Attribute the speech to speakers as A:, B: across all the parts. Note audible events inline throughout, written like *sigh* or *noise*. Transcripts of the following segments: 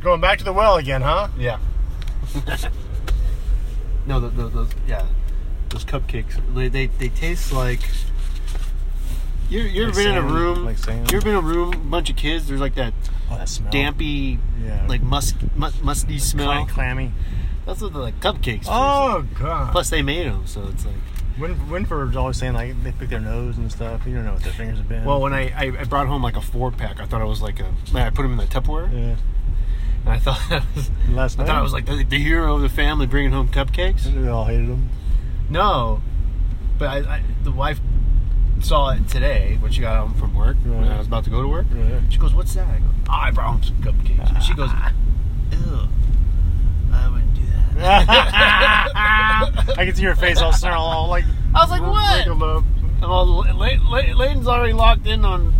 A: going back to the well again, huh? *laughs*
B: Yeah. no, the, the, those yeah, those cupcakes. They they, they taste like. You you ever
A: Like
B: been in a
A: sand,
B: room?
A: like sand.
B: You ever been in a room, bunch of kids? There's like that
A: Oh, that smell.
B: dampy,
A: Yeah.
B: like must, mu- musty smell.
A: Clam- clammy.
B: That's what the like cupcakes. taste like.
A: Oh god.
B: Plus they made them, so it's like.
A: Win- Winford's always saying like they pick their nose and stuff. You don't know what their fingers have been.
B: Well, when I, I, I brought home like a four pack, I thought it was like a. Like I put them in the Tupperware,
A: yeah.
B: and I thought *laughs* that was,
A: last
B: I
A: night
B: thought I was like the, the hero of the family bringing home cupcakes.
A: we all hated them.
B: No, but I, I, the wife saw it today when she got home from work. When I
A: Right.
B: was about to go to work,
A: Right.
B: she goes, "What's that?" I go, oh, "I brought home some cupcakes." And she goes, "Ew, I wouldn't do that."
A: *laughs* I can see your face all snarl, all like.
B: I was like,
A: Like a
B: "What?"
A: little-
B: And all, La- La- Layden's already locked in on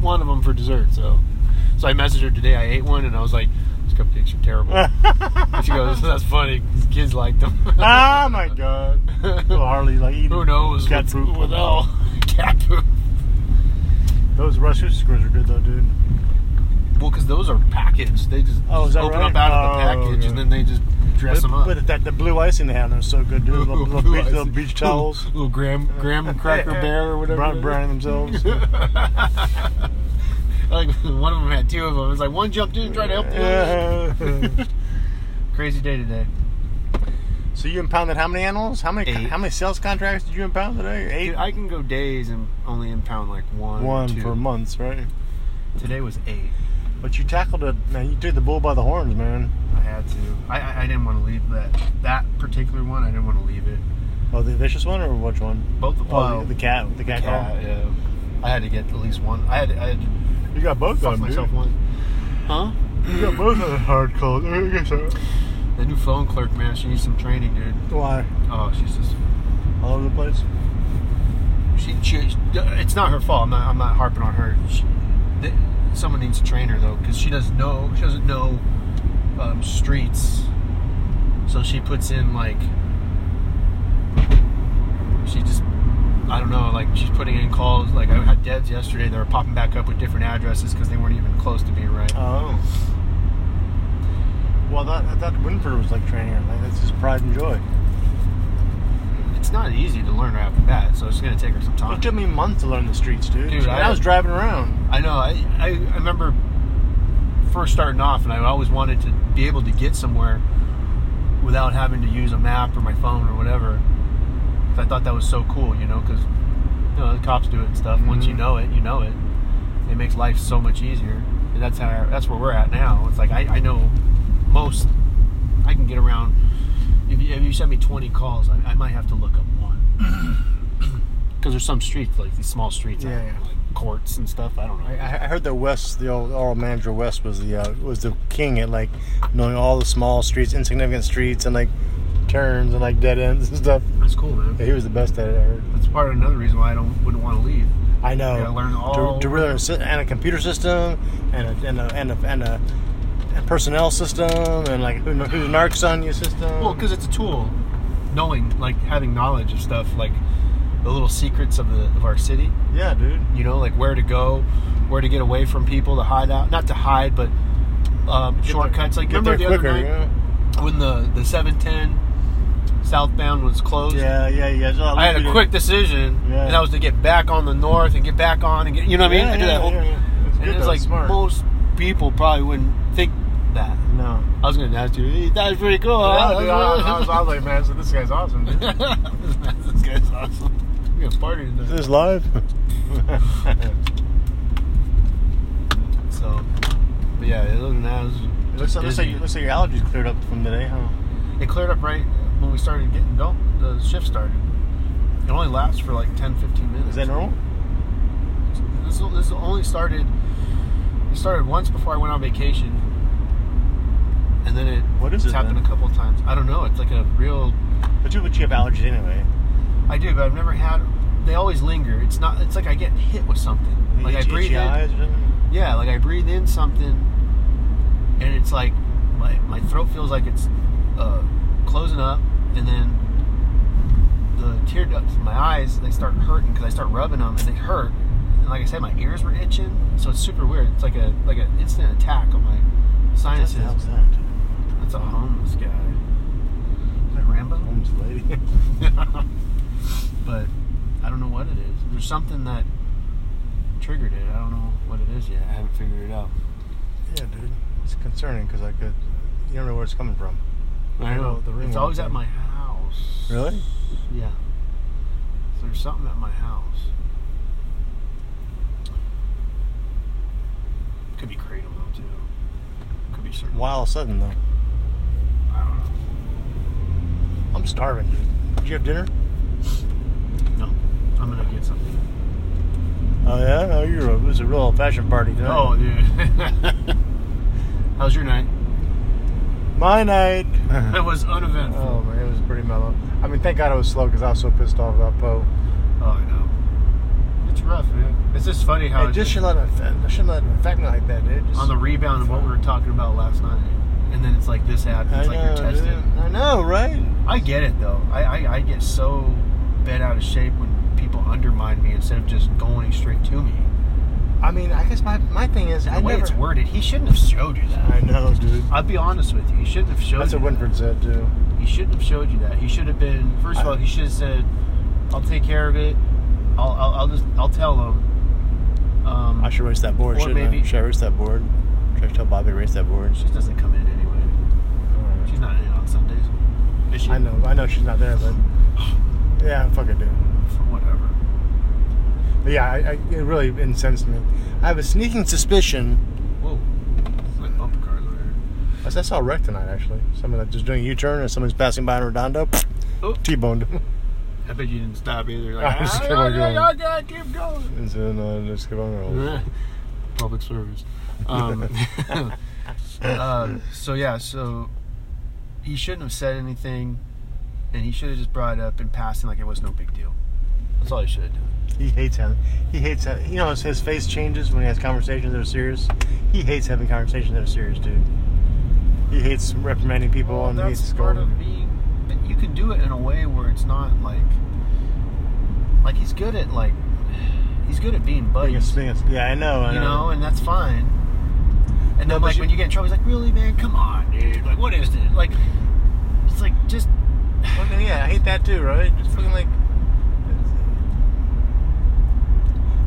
B: one of them for dessert, so so I messaged her today. I ate one, and I was like, "Those cupcakes are terrible." and she goes, *laughs* "That's funny. 'cause Kids like them."
A: *laughs* oh my god. Little Harley like eating.
B: *laughs* Who knows?
A: Cat
B: what's-
A: poop.
B: What, oh, *laughs* cat poop.
A: Those Russian screws are good though, dude.
B: Well, because those are packaged. They just,
A: Oh, is
B: just
A: that
B: open
A: right?
B: up out of the
A: Oh,
B: package
A: okay.
B: and then they just dress
A: but,
B: them up. *laughs*
A: But that the blue icing they had them was so good, dude. Little, little,
B: Blue
A: beach,
B: eyes.
A: little beach towels.
B: *laughs* Little, graham,
A: *laughs*
B: graham cracker bear or whatever.
A: Brown,
B: it
A: browning
B: is. *laughs*
A: themselves.
B: like one of them had two of them. It's like one jumped in and tried to help the other. *laughs*
A: Yeah. *laughs*
B: Crazy day today.
A: so you impounded how many animals? How many?
B: Eight.
A: How many sales contracts did you impound today? Eight.
B: Dude, I can go days and only impound like one. or
A: One
B: two.
A: for months, right?
B: Today was eight.
A: But you tackled it. Now you took the bull by the horns, man.
B: I had to. I, I, I didn't want to leave that that particular one. I didn't want to leave it.
A: Oh, the vicious one or which one?
B: Both the
A: oh, the, the cat. The cat. call.
B: cat, yeah. I had to get at least one. I had to, I had to
A: You got both
B: fuck
A: of them,
B: myself
A: dude.
B: one. Huh?
A: You got both of the hard calls.
B: The new phone clerk, man, she needs some training, dude.
A: Why?
B: Oh, she's just
A: All over the place.
B: she. she it's not her fault. I'm not. I'm not harping on her. She, th- someone needs to train her though, because she doesn't know. She doesn't know um, streets, so she puts in like. She just. I don't know. Like she's putting in calls. Like I had Debs yesterday. They were popping back up with different addresses because they weren't even close to being right.
A: Oh. Well, that, I thought Winford was like training her. Like, that's just pride and joy.
B: It's not easy to learn right off the bat, so it's gonna take her some time.
A: It took me months to learn the streets, dude.
B: Dude,
A: When
B: I-
A: I, was driving around.
B: I know. I, I, I remember first starting off, and I always wanted to be able to get somewhere without having to use a map or my phone or whatever. 'Cause I thought that was so cool, you know, because you know the cops do it and stuff. Once you
A: Mhm.
B: know it, you know it. It makes life so much easier, and that's how that's where we're at now. It's like I, I know most. I can get around. If you, if you send me twenty calls, I, I might have to look up one. *clears throat* Because there's some streets like these small streets,
A: Yeah, yeah.
B: like courts and stuff. I don't know.
A: I, I heard that West, the old, old manager West, was the uh, was the king at like knowing all the small streets, insignificant streets, and like turns and like dead ends and stuff.
B: That's cool, man.
A: Yeah, he was the best at it. I heard.
B: That's part of another reason why I don't wouldn't want to leave.
A: I know.
B: You gotta learn all-
A: to, to really sit- and a computer system and a and a and a, and a and personnel system and like who, kn- who's narcs on you system.
B: Well, because it's a tool, knowing like having knowledge of stuff, like the little secrets of the of our city.
A: yeah, dude.
B: You know, like where to go, where to get away from people, to hide out, not to hide, but um,
A: Get
B: shortcuts.
A: there-
B: like
A: get
B: remember the
A: there quicker,
B: other night when the the seven ten southbound was closed.
A: Yeah, yeah, yeah. yeah.
B: I had a quick decision,
A: Yeah.
B: and that was to get back on the north and get back on and get. You know what I mean?
A: Yeah,
B: I do
A: yeah,
B: that whole.
A: yeah, yeah. It's
B: and
A: good
B: it's
A: though,
B: like
A: smart.
B: most people probably wouldn't think that.
A: No.
B: I was gonna ask you. "Hey, That Oh, was pretty cool. huh?"
A: was like, man, so this guy's awesome. Dude.
B: *laughs* this guy's awesome. We're gonna
A: *laughs*
B: party
A: Is
B: tonight.
A: this
B: *laughs*
A: live?
B: So, but yeah, other than that, it, was,
A: It looks like, looks, like, looks like your allergies cleared up from today, huh?
B: it cleared up right when we started getting go. The shift started. It only lasts for like 10, 15 minutes.
A: Is that normal?
B: This, this only started. It started once before I went on vacation, and then it.
A: What is
B: it's
A: it
B: happened
A: then?
B: a couple of times. I don't know. It's like a real
A: But you, but you have allergies anyway.
B: I do, but I've never had. They always linger. It's not. It's like I get hit with something. Like I
A: Itchy-
B: breathe
A: itchy
B: in.
A: eyes or something?
B: Yeah, like I breathe in something, and it's like my my throat feels like it's uh, closing up, and then the tear ducts in my eyes they start hurting because I start rubbing them and they hurt. And like I said, my ears were itching, so it's super weird. It's like a like an instant attack on my sign
A: What
B: that
A: the
B: says
A: hell's that?
B: that's a homeless guy. Is that
A: *laughs*
B: Rambo?
A: Homeless lady.
B: but I don't know what it is. There's something that triggered it. I don't know what it is yet. I haven't figured it out.
A: yeah, dude. It's concerning because I could. You don't know where it's coming from.
B: I
A: know,
B: know
A: the ring
B: it's always
A: one
B: at
A: thing.
B: my house.
A: Really?
B: Yeah. There's something at my house. Could be Kratom though too. Could be certain.
A: Why all of a sudden though?
B: I don't
A: I'm starving, dude. Did you have dinner?
B: know. No, I'm gonna get something.
A: Oh yeah, no, you were. It was a real old-fashioned party. Tonight.
B: Oh, dude. *laughs* How's your night?
A: *laughs* my
B: *laughs*
A: night.
B: It was uneventful.
A: oh man, it was pretty mellow. I mean, thank God it was slow because I was so pissed off about Poe.
B: Oh, I know. It's rough, man. It's just funny
A: It
B: how it
A: just
B: just
A: should let it affect. I should let it affect me like that, dude. Just,
B: on the rebound of what we were talking about last night, and then it's like this happens,
A: I
B: it's like
A: know,
B: you're tested.
A: dude. I know, right?
B: I get it though. I, I, I get so bent out of shape when people undermine me instead of just going straight to me.
A: I mean, I guess my, my thing is,
B: The
A: I
B: way
A: never.
B: it's worded, he shouldn't have showed you that.
A: I know, dude.
B: I'll be honest with you. He shouldn't have showed
A: That's
B: you.
A: what Winford said too.
B: that. He shouldn't have showed you that. He should have been. First of
A: I-
B: all, he should have said, "I'll take care of it. I'll I'll, I'll just I'll tell him." Um,
A: I should race that board,
B: Or
A: shouldn't I?
B: maybe-
A: Should I race that board? Should I tell Bobby to race that board?
B: she doesn't come in anyway. She's not in on Sundays. Is she?
A: I know, I know she's not there,
B: *sighs*
A: but yeah, fuck it, dude.
B: Whatever.
A: But yeah, I, I, it really incensed me. I have a sneaking suspicion.
B: Whoa. It's like bumper cars over here.
A: I s- I saw a wreck tonight, actually. Someone that was doing a U-turn, and someone's passing by in Redondo,
B: Oh.
A: T-boned him. *laughs*
B: I bet you didn't stop either.
A: I
B: Like,
A: just
B: "Ah,
A: kept on
B: yeah,
A: going."
B: yeah, yeah, keep going.
A: And so no, uh, just keep on
B: Mm-hmm.
A: rolling.
B: *laughs* Public service. Um, *laughs* uh, so yeah, so he shouldn't have said anything, and he should have just brought it up in passing like it was no big deal. That's all he should have done.
A: He hates having. He hates. ha- You know, his, his face changes when he has conversations that are serious. He hates having conversations that are serious, dude. He hates reprimanding people and he hates scolding.
B: being. But you can do it in a way where it's not like, like he's good at like, he's good at being
A: Being a
B: buddies.
A: sphinx. Yeah, I know. I
B: you know, and that's fine. And
A: No,
B: then,
A: but
B: like,
A: you-
B: when you get in trouble, he's like, "Really, man? Come on, dude! Like, what is this? Like, it's like just
A: Well, then, yeah, I hate that too, right? It's fucking like,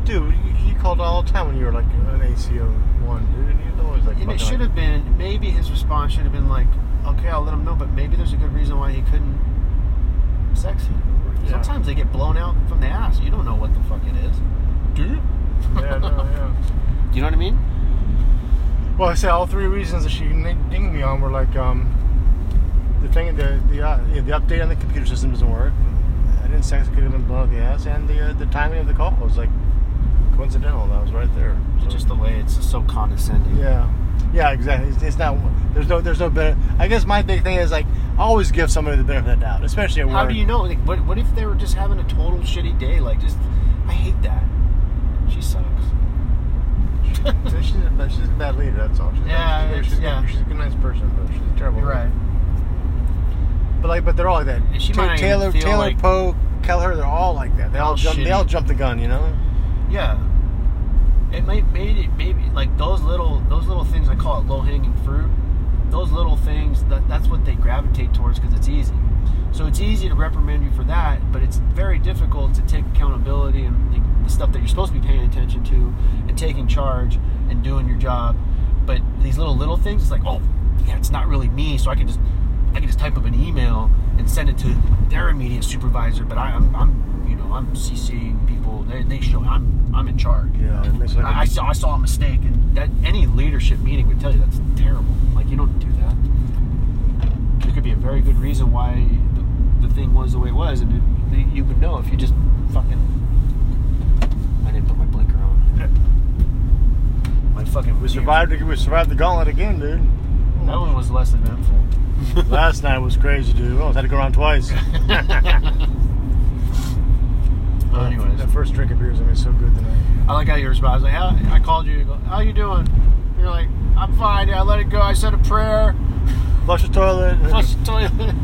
A: dude, you, you called all the time when you were like an ACO one, dude, and you always like.
B: and
A: fucking,
B: it should
A: like-
B: have been maybe his response should have been like, "Okay, I'll let him know," but maybe there's a good reason why he couldn't sex you.
A: Yeah.
B: Sometimes they get blown out from the ass. You don't know what the fuck it is. Do *laughs* you?
A: Yeah, no, yeah.
B: You know what I mean?
A: Well, I said all three reasons that she ning- dinged me on were like um, the thing, the the, uh, yeah, the update on the computer system doesn't work. I didn't sex could have been blown up the ass, and the uh, the timing of the call was like coincidental. That was right there. So-
B: It's just the way it's just so condescending.
A: Yeah, yeah, exactly. It's, it's not. There's no. There's no better. I guess my big thing is like always give somebody the benefit of the doubt, especially at work.
B: How do you know? Like, what, what if they were just having a total shitty day? Like, just I hate that. She sucks.
A: *laughs* She's a, bad- she's a bad leader. That's all. She's not-
B: Yeah,
A: she's,
B: it's-
A: she's,
B: yeah.
A: she's a good, nice person, but she's a terrible.
B: You're right.
A: leader. But like, but they're all like that.
B: And she
A: Ta-
B: might not even
A: Taylor,
B: feel
A: Taylor,
B: like-
A: Poe, Keller, they're all like that. They all
B: All
A: jump. They
B: shitty.
A: all jump the gun. You know.
B: Yeah. It may made it maybe like those little those little things I call it low hanging fruit. Those little things that that's what they gravitate towards because it's easy. So it's easy to reprimand you for that, but it's very difficult to take accountability and the, the stuff that you're supposed to be paying attention to and taking charge and doing your job. But these little little things, it's like, oh, yeah, it's not really me, so I can just I can just type up an email and send it to their immediate supervisor. But I, I'm, I'm you know I'm CCing people. They, they show I'm I'm in charge.
A: Yeah. It makes like
B: I, I saw I saw a mistake, and that any leadership meeting would tell you that's terrible. Like you don't do that. There could be a very good reason why the, the thing was the way it was, and it, you would know if you just fucking. I didn't put my blinker on. My fucking.
A: we survived. the- We survived the gauntlet again, dude.
B: That one was less eventful.
A: *laughs* Last night was crazy, dude. We almost had to go around twice.
B: Well, anyways,
A: that first drink of beer is gonna be so good tonight.
B: I like how you respond. I was like, how, I called you. you Go, how you doing? And you're like, I'm fine. I let it go. I said a prayer.
A: Flush the toilet. Oh,
B: Flush the toilet. *laughs*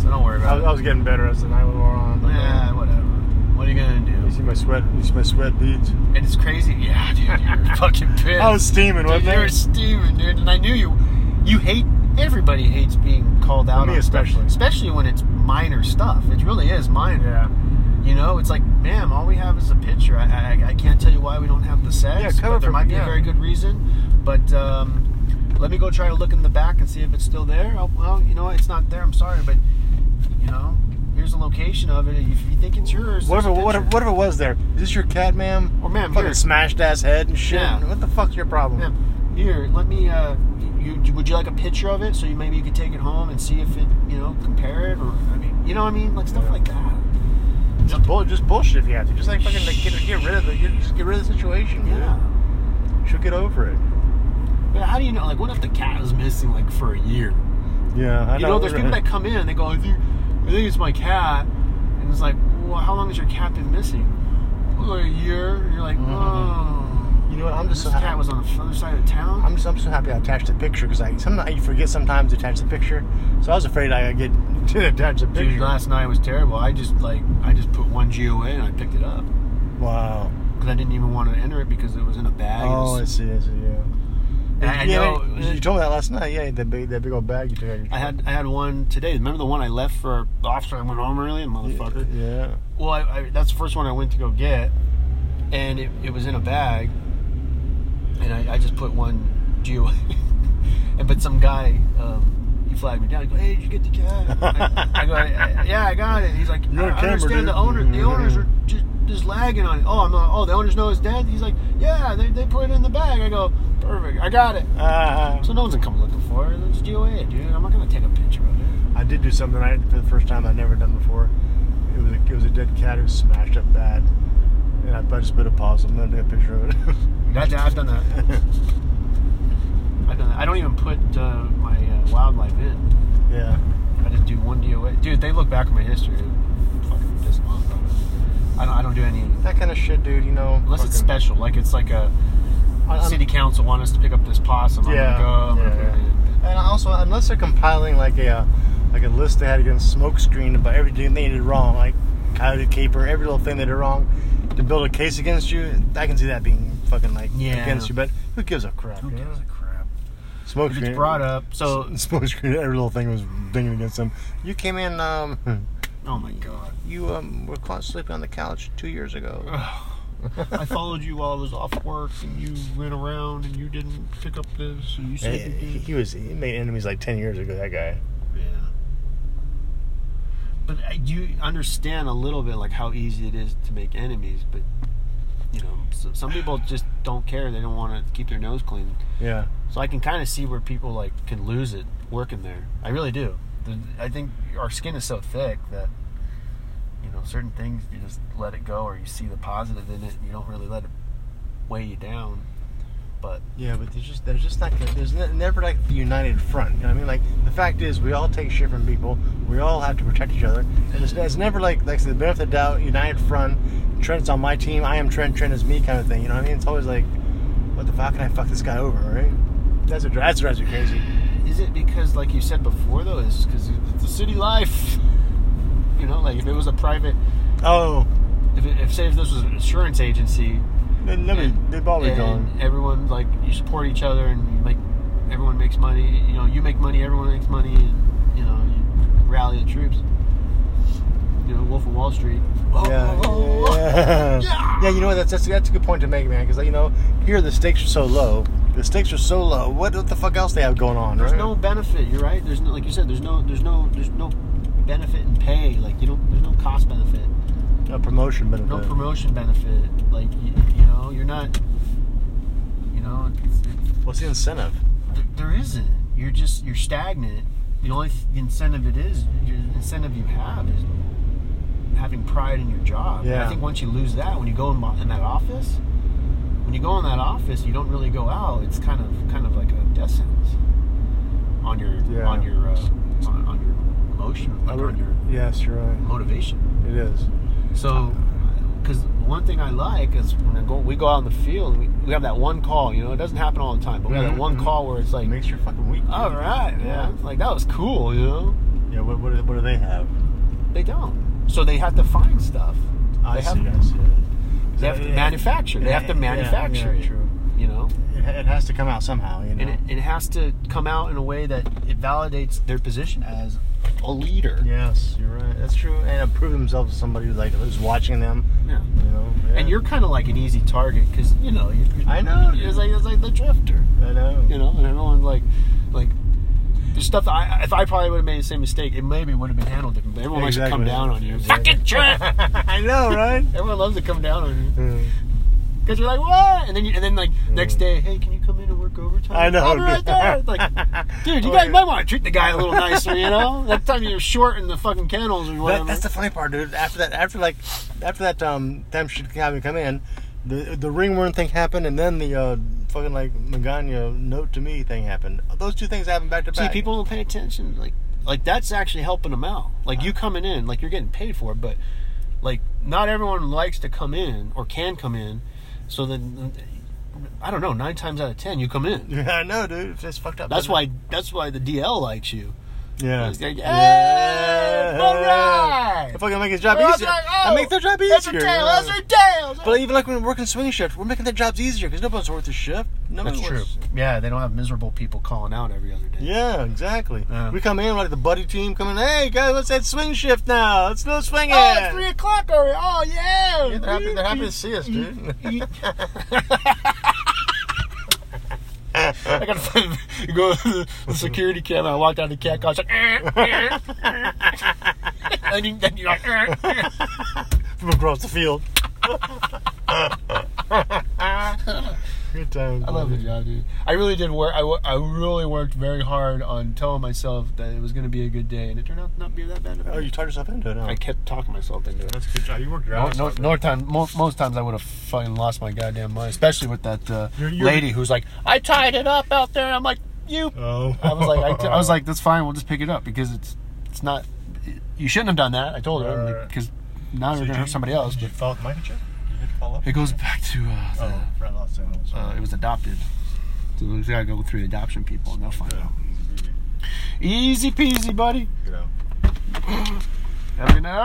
B: so don't
A: I
B: worry about
A: was,
B: it.
A: I was getting better as the night went on. but,
B: yeah, whatever. What are you gonna do?
A: uh, See my sweat. You see my sweat beads.
B: And it's crazy. Yeah, *laughs* dude,
A: *laughs*
B: you're fucking pissed.
A: I was steaming,
B: Dude,
A: wasn't
B: you
A: I?
B: were steaming, dude. And I knew you. You hate. Everybody hates being called out.
A: Me
B: on stuff,
A: especially.
B: especially when it's minor stuff. It really is minor.
A: Yeah.
B: You know, it's like, ma'am, all we have is a picture. I, I, I can't tell you why we don't have the sex.
A: Yeah, cover
B: but there
A: for-
B: might be
A: yeah.
B: a very good reason. But um, let me go try to look in the back and see if it's still there. Oh, well, you know, what? it's not there. I'm sorry, but you know, here's the location of it. If you think it's yours,
A: What if, it,
B: there's a
A: what, if,
B: picture.
A: what if it was there? Is this your cat, ma'am?
B: Or ma'am,
A: Fucking
B: here.
A: smashed ass head and shit.
B: Yeah.
A: What the fuck's your problem?
B: Ma'am, here, let me. Uh, you, you- would you like a picture of it so you maybe you could take it home and see if it, you know, compare it or I mean, you know what I mean, like stuff
A: Yeah.
B: like that.
A: Just bull, just bullshit if you have to. Just like fucking like, get, get rid of the get, just get rid of the situation.
B: Yeah.
A: dude. she'll get over it.
B: But how do you know? Like, what if the cat was missing like for a year?
A: Yeah, I
B: You know, there's people that come in and they go, I think, I think it's my cat, and it's like, well, how long has your cat been missing? Well, a year. And you're like,
A: Mhm.
B: oh.
A: You know what, I'm just
B: this
A: so
B: cat
A: happy-
B: was on the other side of town.
A: I'm just, I'm so happy I attached the picture because I sometimes you forget sometimes to attach the picture. So I was afraid I would get to *laughs* attach the
B: Dude,
A: picture.
B: last night was terrible. I just like, I just put one GOA and I picked it up.
A: wow.
B: because I didn't even want to enter it because it was in a bag. It
A: Oh,
B: was-
A: I see, I see, yeah.
B: and I, I
A: yeah,
B: know.
A: you- you told me that last night. Yeah, that big, that big old bag you took. Out of your
B: I had I had one today. Remember the one I left for the officer? I went home early, motherfucker.
A: Yeah.
B: Well, I, I, that's the first one I went to go get, and it, it was in a bag, and I, I just put one GOA. *laughs* and but some guy, um, he flagged me down. He go, "Hey, did you get the cat?" I, I go, I, I- "Yeah, I got it." He's like,
A: You're
B: "I
A: on camera, dude." Mm-hmm.
B: understand the owner. The owners are just, just lagging on it." Oh, I'm not. Oh, the owners know it's dead. He's like, "Yeah, they, they put it in the bag." I go, "Perfect, I got it."
A: Uh,
B: So no one's gonna come looking for it. It's GOA, dude. I'm not gonna take a picture of it.
A: I did do something I, for the first time I'd never done before. It was a, it was a dead cat who was smashed up bad, and I, I just put a pause. I'm gonna take a picture
B: *laughs*
A: of it. *laughs*
B: That's, I've done that. I've done that. I don't even put uh, my uh, wildlife in.
A: yeah.
B: I just do one DOA. Dude, they look back at my history. It Fucking pissed me off. bro. I don't. I don't do any
A: That kind of shit, dude. You know.
B: unless it's
A: fucking-
B: special. Like it's like a
A: I- I'm-
B: city council want us to pick up this possum.
A: Yeah,
B: I'm gonna go. I'm
A: yeah,
B: gonna put it in.
A: And also, unless they're compiling like a uh, like a list they had against smokescreen about everything they did wrong, like coyote caper, every little thing they did wrong, to build a case against you, I can see that being fucking like
B: Yeah.
A: against you. But who gives a crap?
B: Who
A: you know?
B: gives a crap? If
A: Smokescreen.
B: it's brought up,
A: *laughs*
B: so
A: smokescreen. Every little thing was dinging against them. You came in. Um, *laughs*
B: oh my god.
A: you um, were caught sleeping on the couch two years
B: *laughs*
A: ago.
B: I followed you while I was off work, and you went around, and you didn't pick up this, and you said
A: Hey,
B: you
A: he
B: did.
A: he was he made enemies like ten years ago. That guy.
B: Yeah. But I- you understand a little bit like how easy it is to make enemies, but you know, so, some people just don't care. They don't want to keep their nose clean.
A: Yeah.
B: So I can kind of see where people like can lose it working there. I really do. The- I think our skin is so thick that you know certain things you just let it go, or you see the positive in it, and you don't really let it weigh you down. But
A: Yeah, but there's just there's just not gonna- there's ne- never like the united front. You know what I mean? Like the fact is, we all take shit from people. We all have to protect each other, and it's, it's never like like the benefit of the doubt, united front. Trent's on my team. I am Trent. Trent is me, kind of thing. You know what I mean? It's always like, what the fuck can I fuck this guy over? Right? That's what dri- that's what drives you crazy.
B: Is it because, like you said before, though, is because it's the city life? You know, like if it was a private,
A: Oh,
B: if, it, if say if this was an insurance agency,
A: they, nobody,
B: and-
A: they ball me
B: and
A: gone.
B: Everyone like you support each other, and you make everyone makes money. You know, you make money, everyone makes money, and you know, you rally the troops. You know, Wolf of Wall Street. Whoa,
A: Yeah,
B: whoa, whoa.
A: yeah, yeah.
B: Yeah.
A: *laughs* yeah. You know what? That's that's, that's a good point to make, man. Because like, you know, here the stakes are so low. The stakes are so low. What, what the fuck else they have going on?
B: There's
A: right?
B: no benefit. You're right. There's no, like you said. There's no. There's no. There's no benefit in pay. Like you don't. There's no cost benefit.
A: a promotion benefit.
B: no promotion benefit. Like you, you know, you're not. You know, it's, it,
A: What's the incentive?
B: th- there isn't. You're just you're stagnant. The only th- incentive it is, your incentive you have is having pride in your job. And
A: Yeah.
B: I think once you lose that, when you go in, mo- in that office, when you go in that office, you don't really go out. It's kind of kind of like a death sentence on your
A: Yeah.
B: on your uh, on, on your emotion, like on your
A: yes, you're right.
B: motivation.
A: It is.
B: So, because one thing I like is when I go, we go out on the field, we, we have that one call. You know, it doesn't happen all the time, but we have
A: Mhm,
B: that one
A: mhm.
B: call where it's
A: It
B: like,
A: makes your fucking week.
B: all right, yeah, like that was cool. You know,
A: Yeah. What, what, do, what do they have?
B: they don't, so they have to find stuff.
A: I
B: they
A: see.
B: have,
A: I see.
B: They have to
A: Yeah.
B: manufacture. They have
A: Yeah,
B: to
A: yeah,
B: manufacture
A: yeah,
B: it.
A: true.
B: You know,
A: It, ha- it has to come out somehow, you know.
B: and it, it has to come out in a way that it validates their position as a leader.
A: yes, you're right. That's true. And prove themselves to somebody who's like who's watching them.
B: Yeah.
A: You know. Yeah.
B: And you're kind of like an easy target because you know you
A: I know.
B: It's like it's like the drifter.
A: I know.
B: *laughs* You know, and everyone's like, like. There's stuff that I, if I probably would have made the same mistake, it maybe would have been handled differently. Everyone likes to come
A: Exactly.
B: down on you.
A: Exactly.
B: Fucking drift!
A: I know, right?
B: *laughs* Everyone loves to come down on you.
A: Mm.
B: Because you're like, what? And then, you, and then like, next day, hey, can you come in and work
A: *laughs*
B: overtime?
A: I know.
B: I'll be
A: *laughs*
B: right there. It's Like, dude, you
A: Oh,
B: guys
A: yeah.
B: might want to treat the guy a little nicer, you know? That time you're short in the fucking kennels or whatever.
A: That, that's the funny part, dude. After that, after like, after that um, time she had me come in, the the ringworm thing happened, and then the uh, fucking like Magana note to me thing happened. Those two things happened back to
B: See,
A: back.
B: people don't pay attention. Like, like that's actually helping them out. Like you coming in, like you're getting paid for it, but like not everyone likes to come in or can come in. So then, I don't know. Nine times out of ten, you come in.
A: *laughs* Yeah, I know, dude. It's fucked up.
B: That's
A: isn't it?
B: why. That's why the DL likes you.
A: Yeah.
B: It's like,
A: Yeah.
B: "Hey, alright."
A: If I can make his job
B: Oh, it's
A: easier,
B: like,
A: I make their job easier.
B: That's her tail. That's her tail.
A: But even like when we're working swing shift, we're making their jobs easier because nobody's worth a shift. No
B: That's
A: one
B: true.
A: works-
B: Yeah, they don't have miserable people calling out every other day.
A: Yeah, exactly.
B: Yeah.
A: We come in like the buddy team coming. Hey guys, what's that swing shift now? Let's go swinging.
B: Oh, it's three o'clock already. Oh yeah.
A: Yeah, they're, happy, they're happy to see us, dude.
B: I gotta find, *laughs* go to the security camera. I walk down the cat car. It's like, "Eh, eh." *laughs* and you, then you're like, "Eh, eh." *laughs*
A: From across the field. Good times.
B: I love the
A: buddy.
B: job, dude. I really did work. I, wo- I really worked very hard on telling myself that it was gonna be a good day, and it turned out to not be that bad. of a
A: Oh, you tied yourself into it. Huh?
B: I kept talking myself into it.
A: That's a good job. You worked your
B: No,
A: ass
B: no,
A: off.
B: no time. Most, most times I would have fucking lost my goddamn mind, especially with that uh,
A: You're- you're-
B: lady who's like, "I tied it up out there." I'm like, "You."
A: Oh.
B: I was like, I, t- I was like, "That's fine. We'll just pick it up because it's it's not. You shouldn't have done that." I told
A: Right, right,
B: her
A: right.
B: because now you're
A: did
B: gonna
A: you-
B: hurt somebody else.
A: Did you
B: But
A: follow the mic and shit? You did follow?
B: it goes back to uh, the-
A: Oh, I lost that. one.
B: uh, it was adopted. So we gotta go through the adoption people, and they'll find out.
A: Easy peasy.
B: Easy peasy, buddy.
A: Get out.
B: Every now.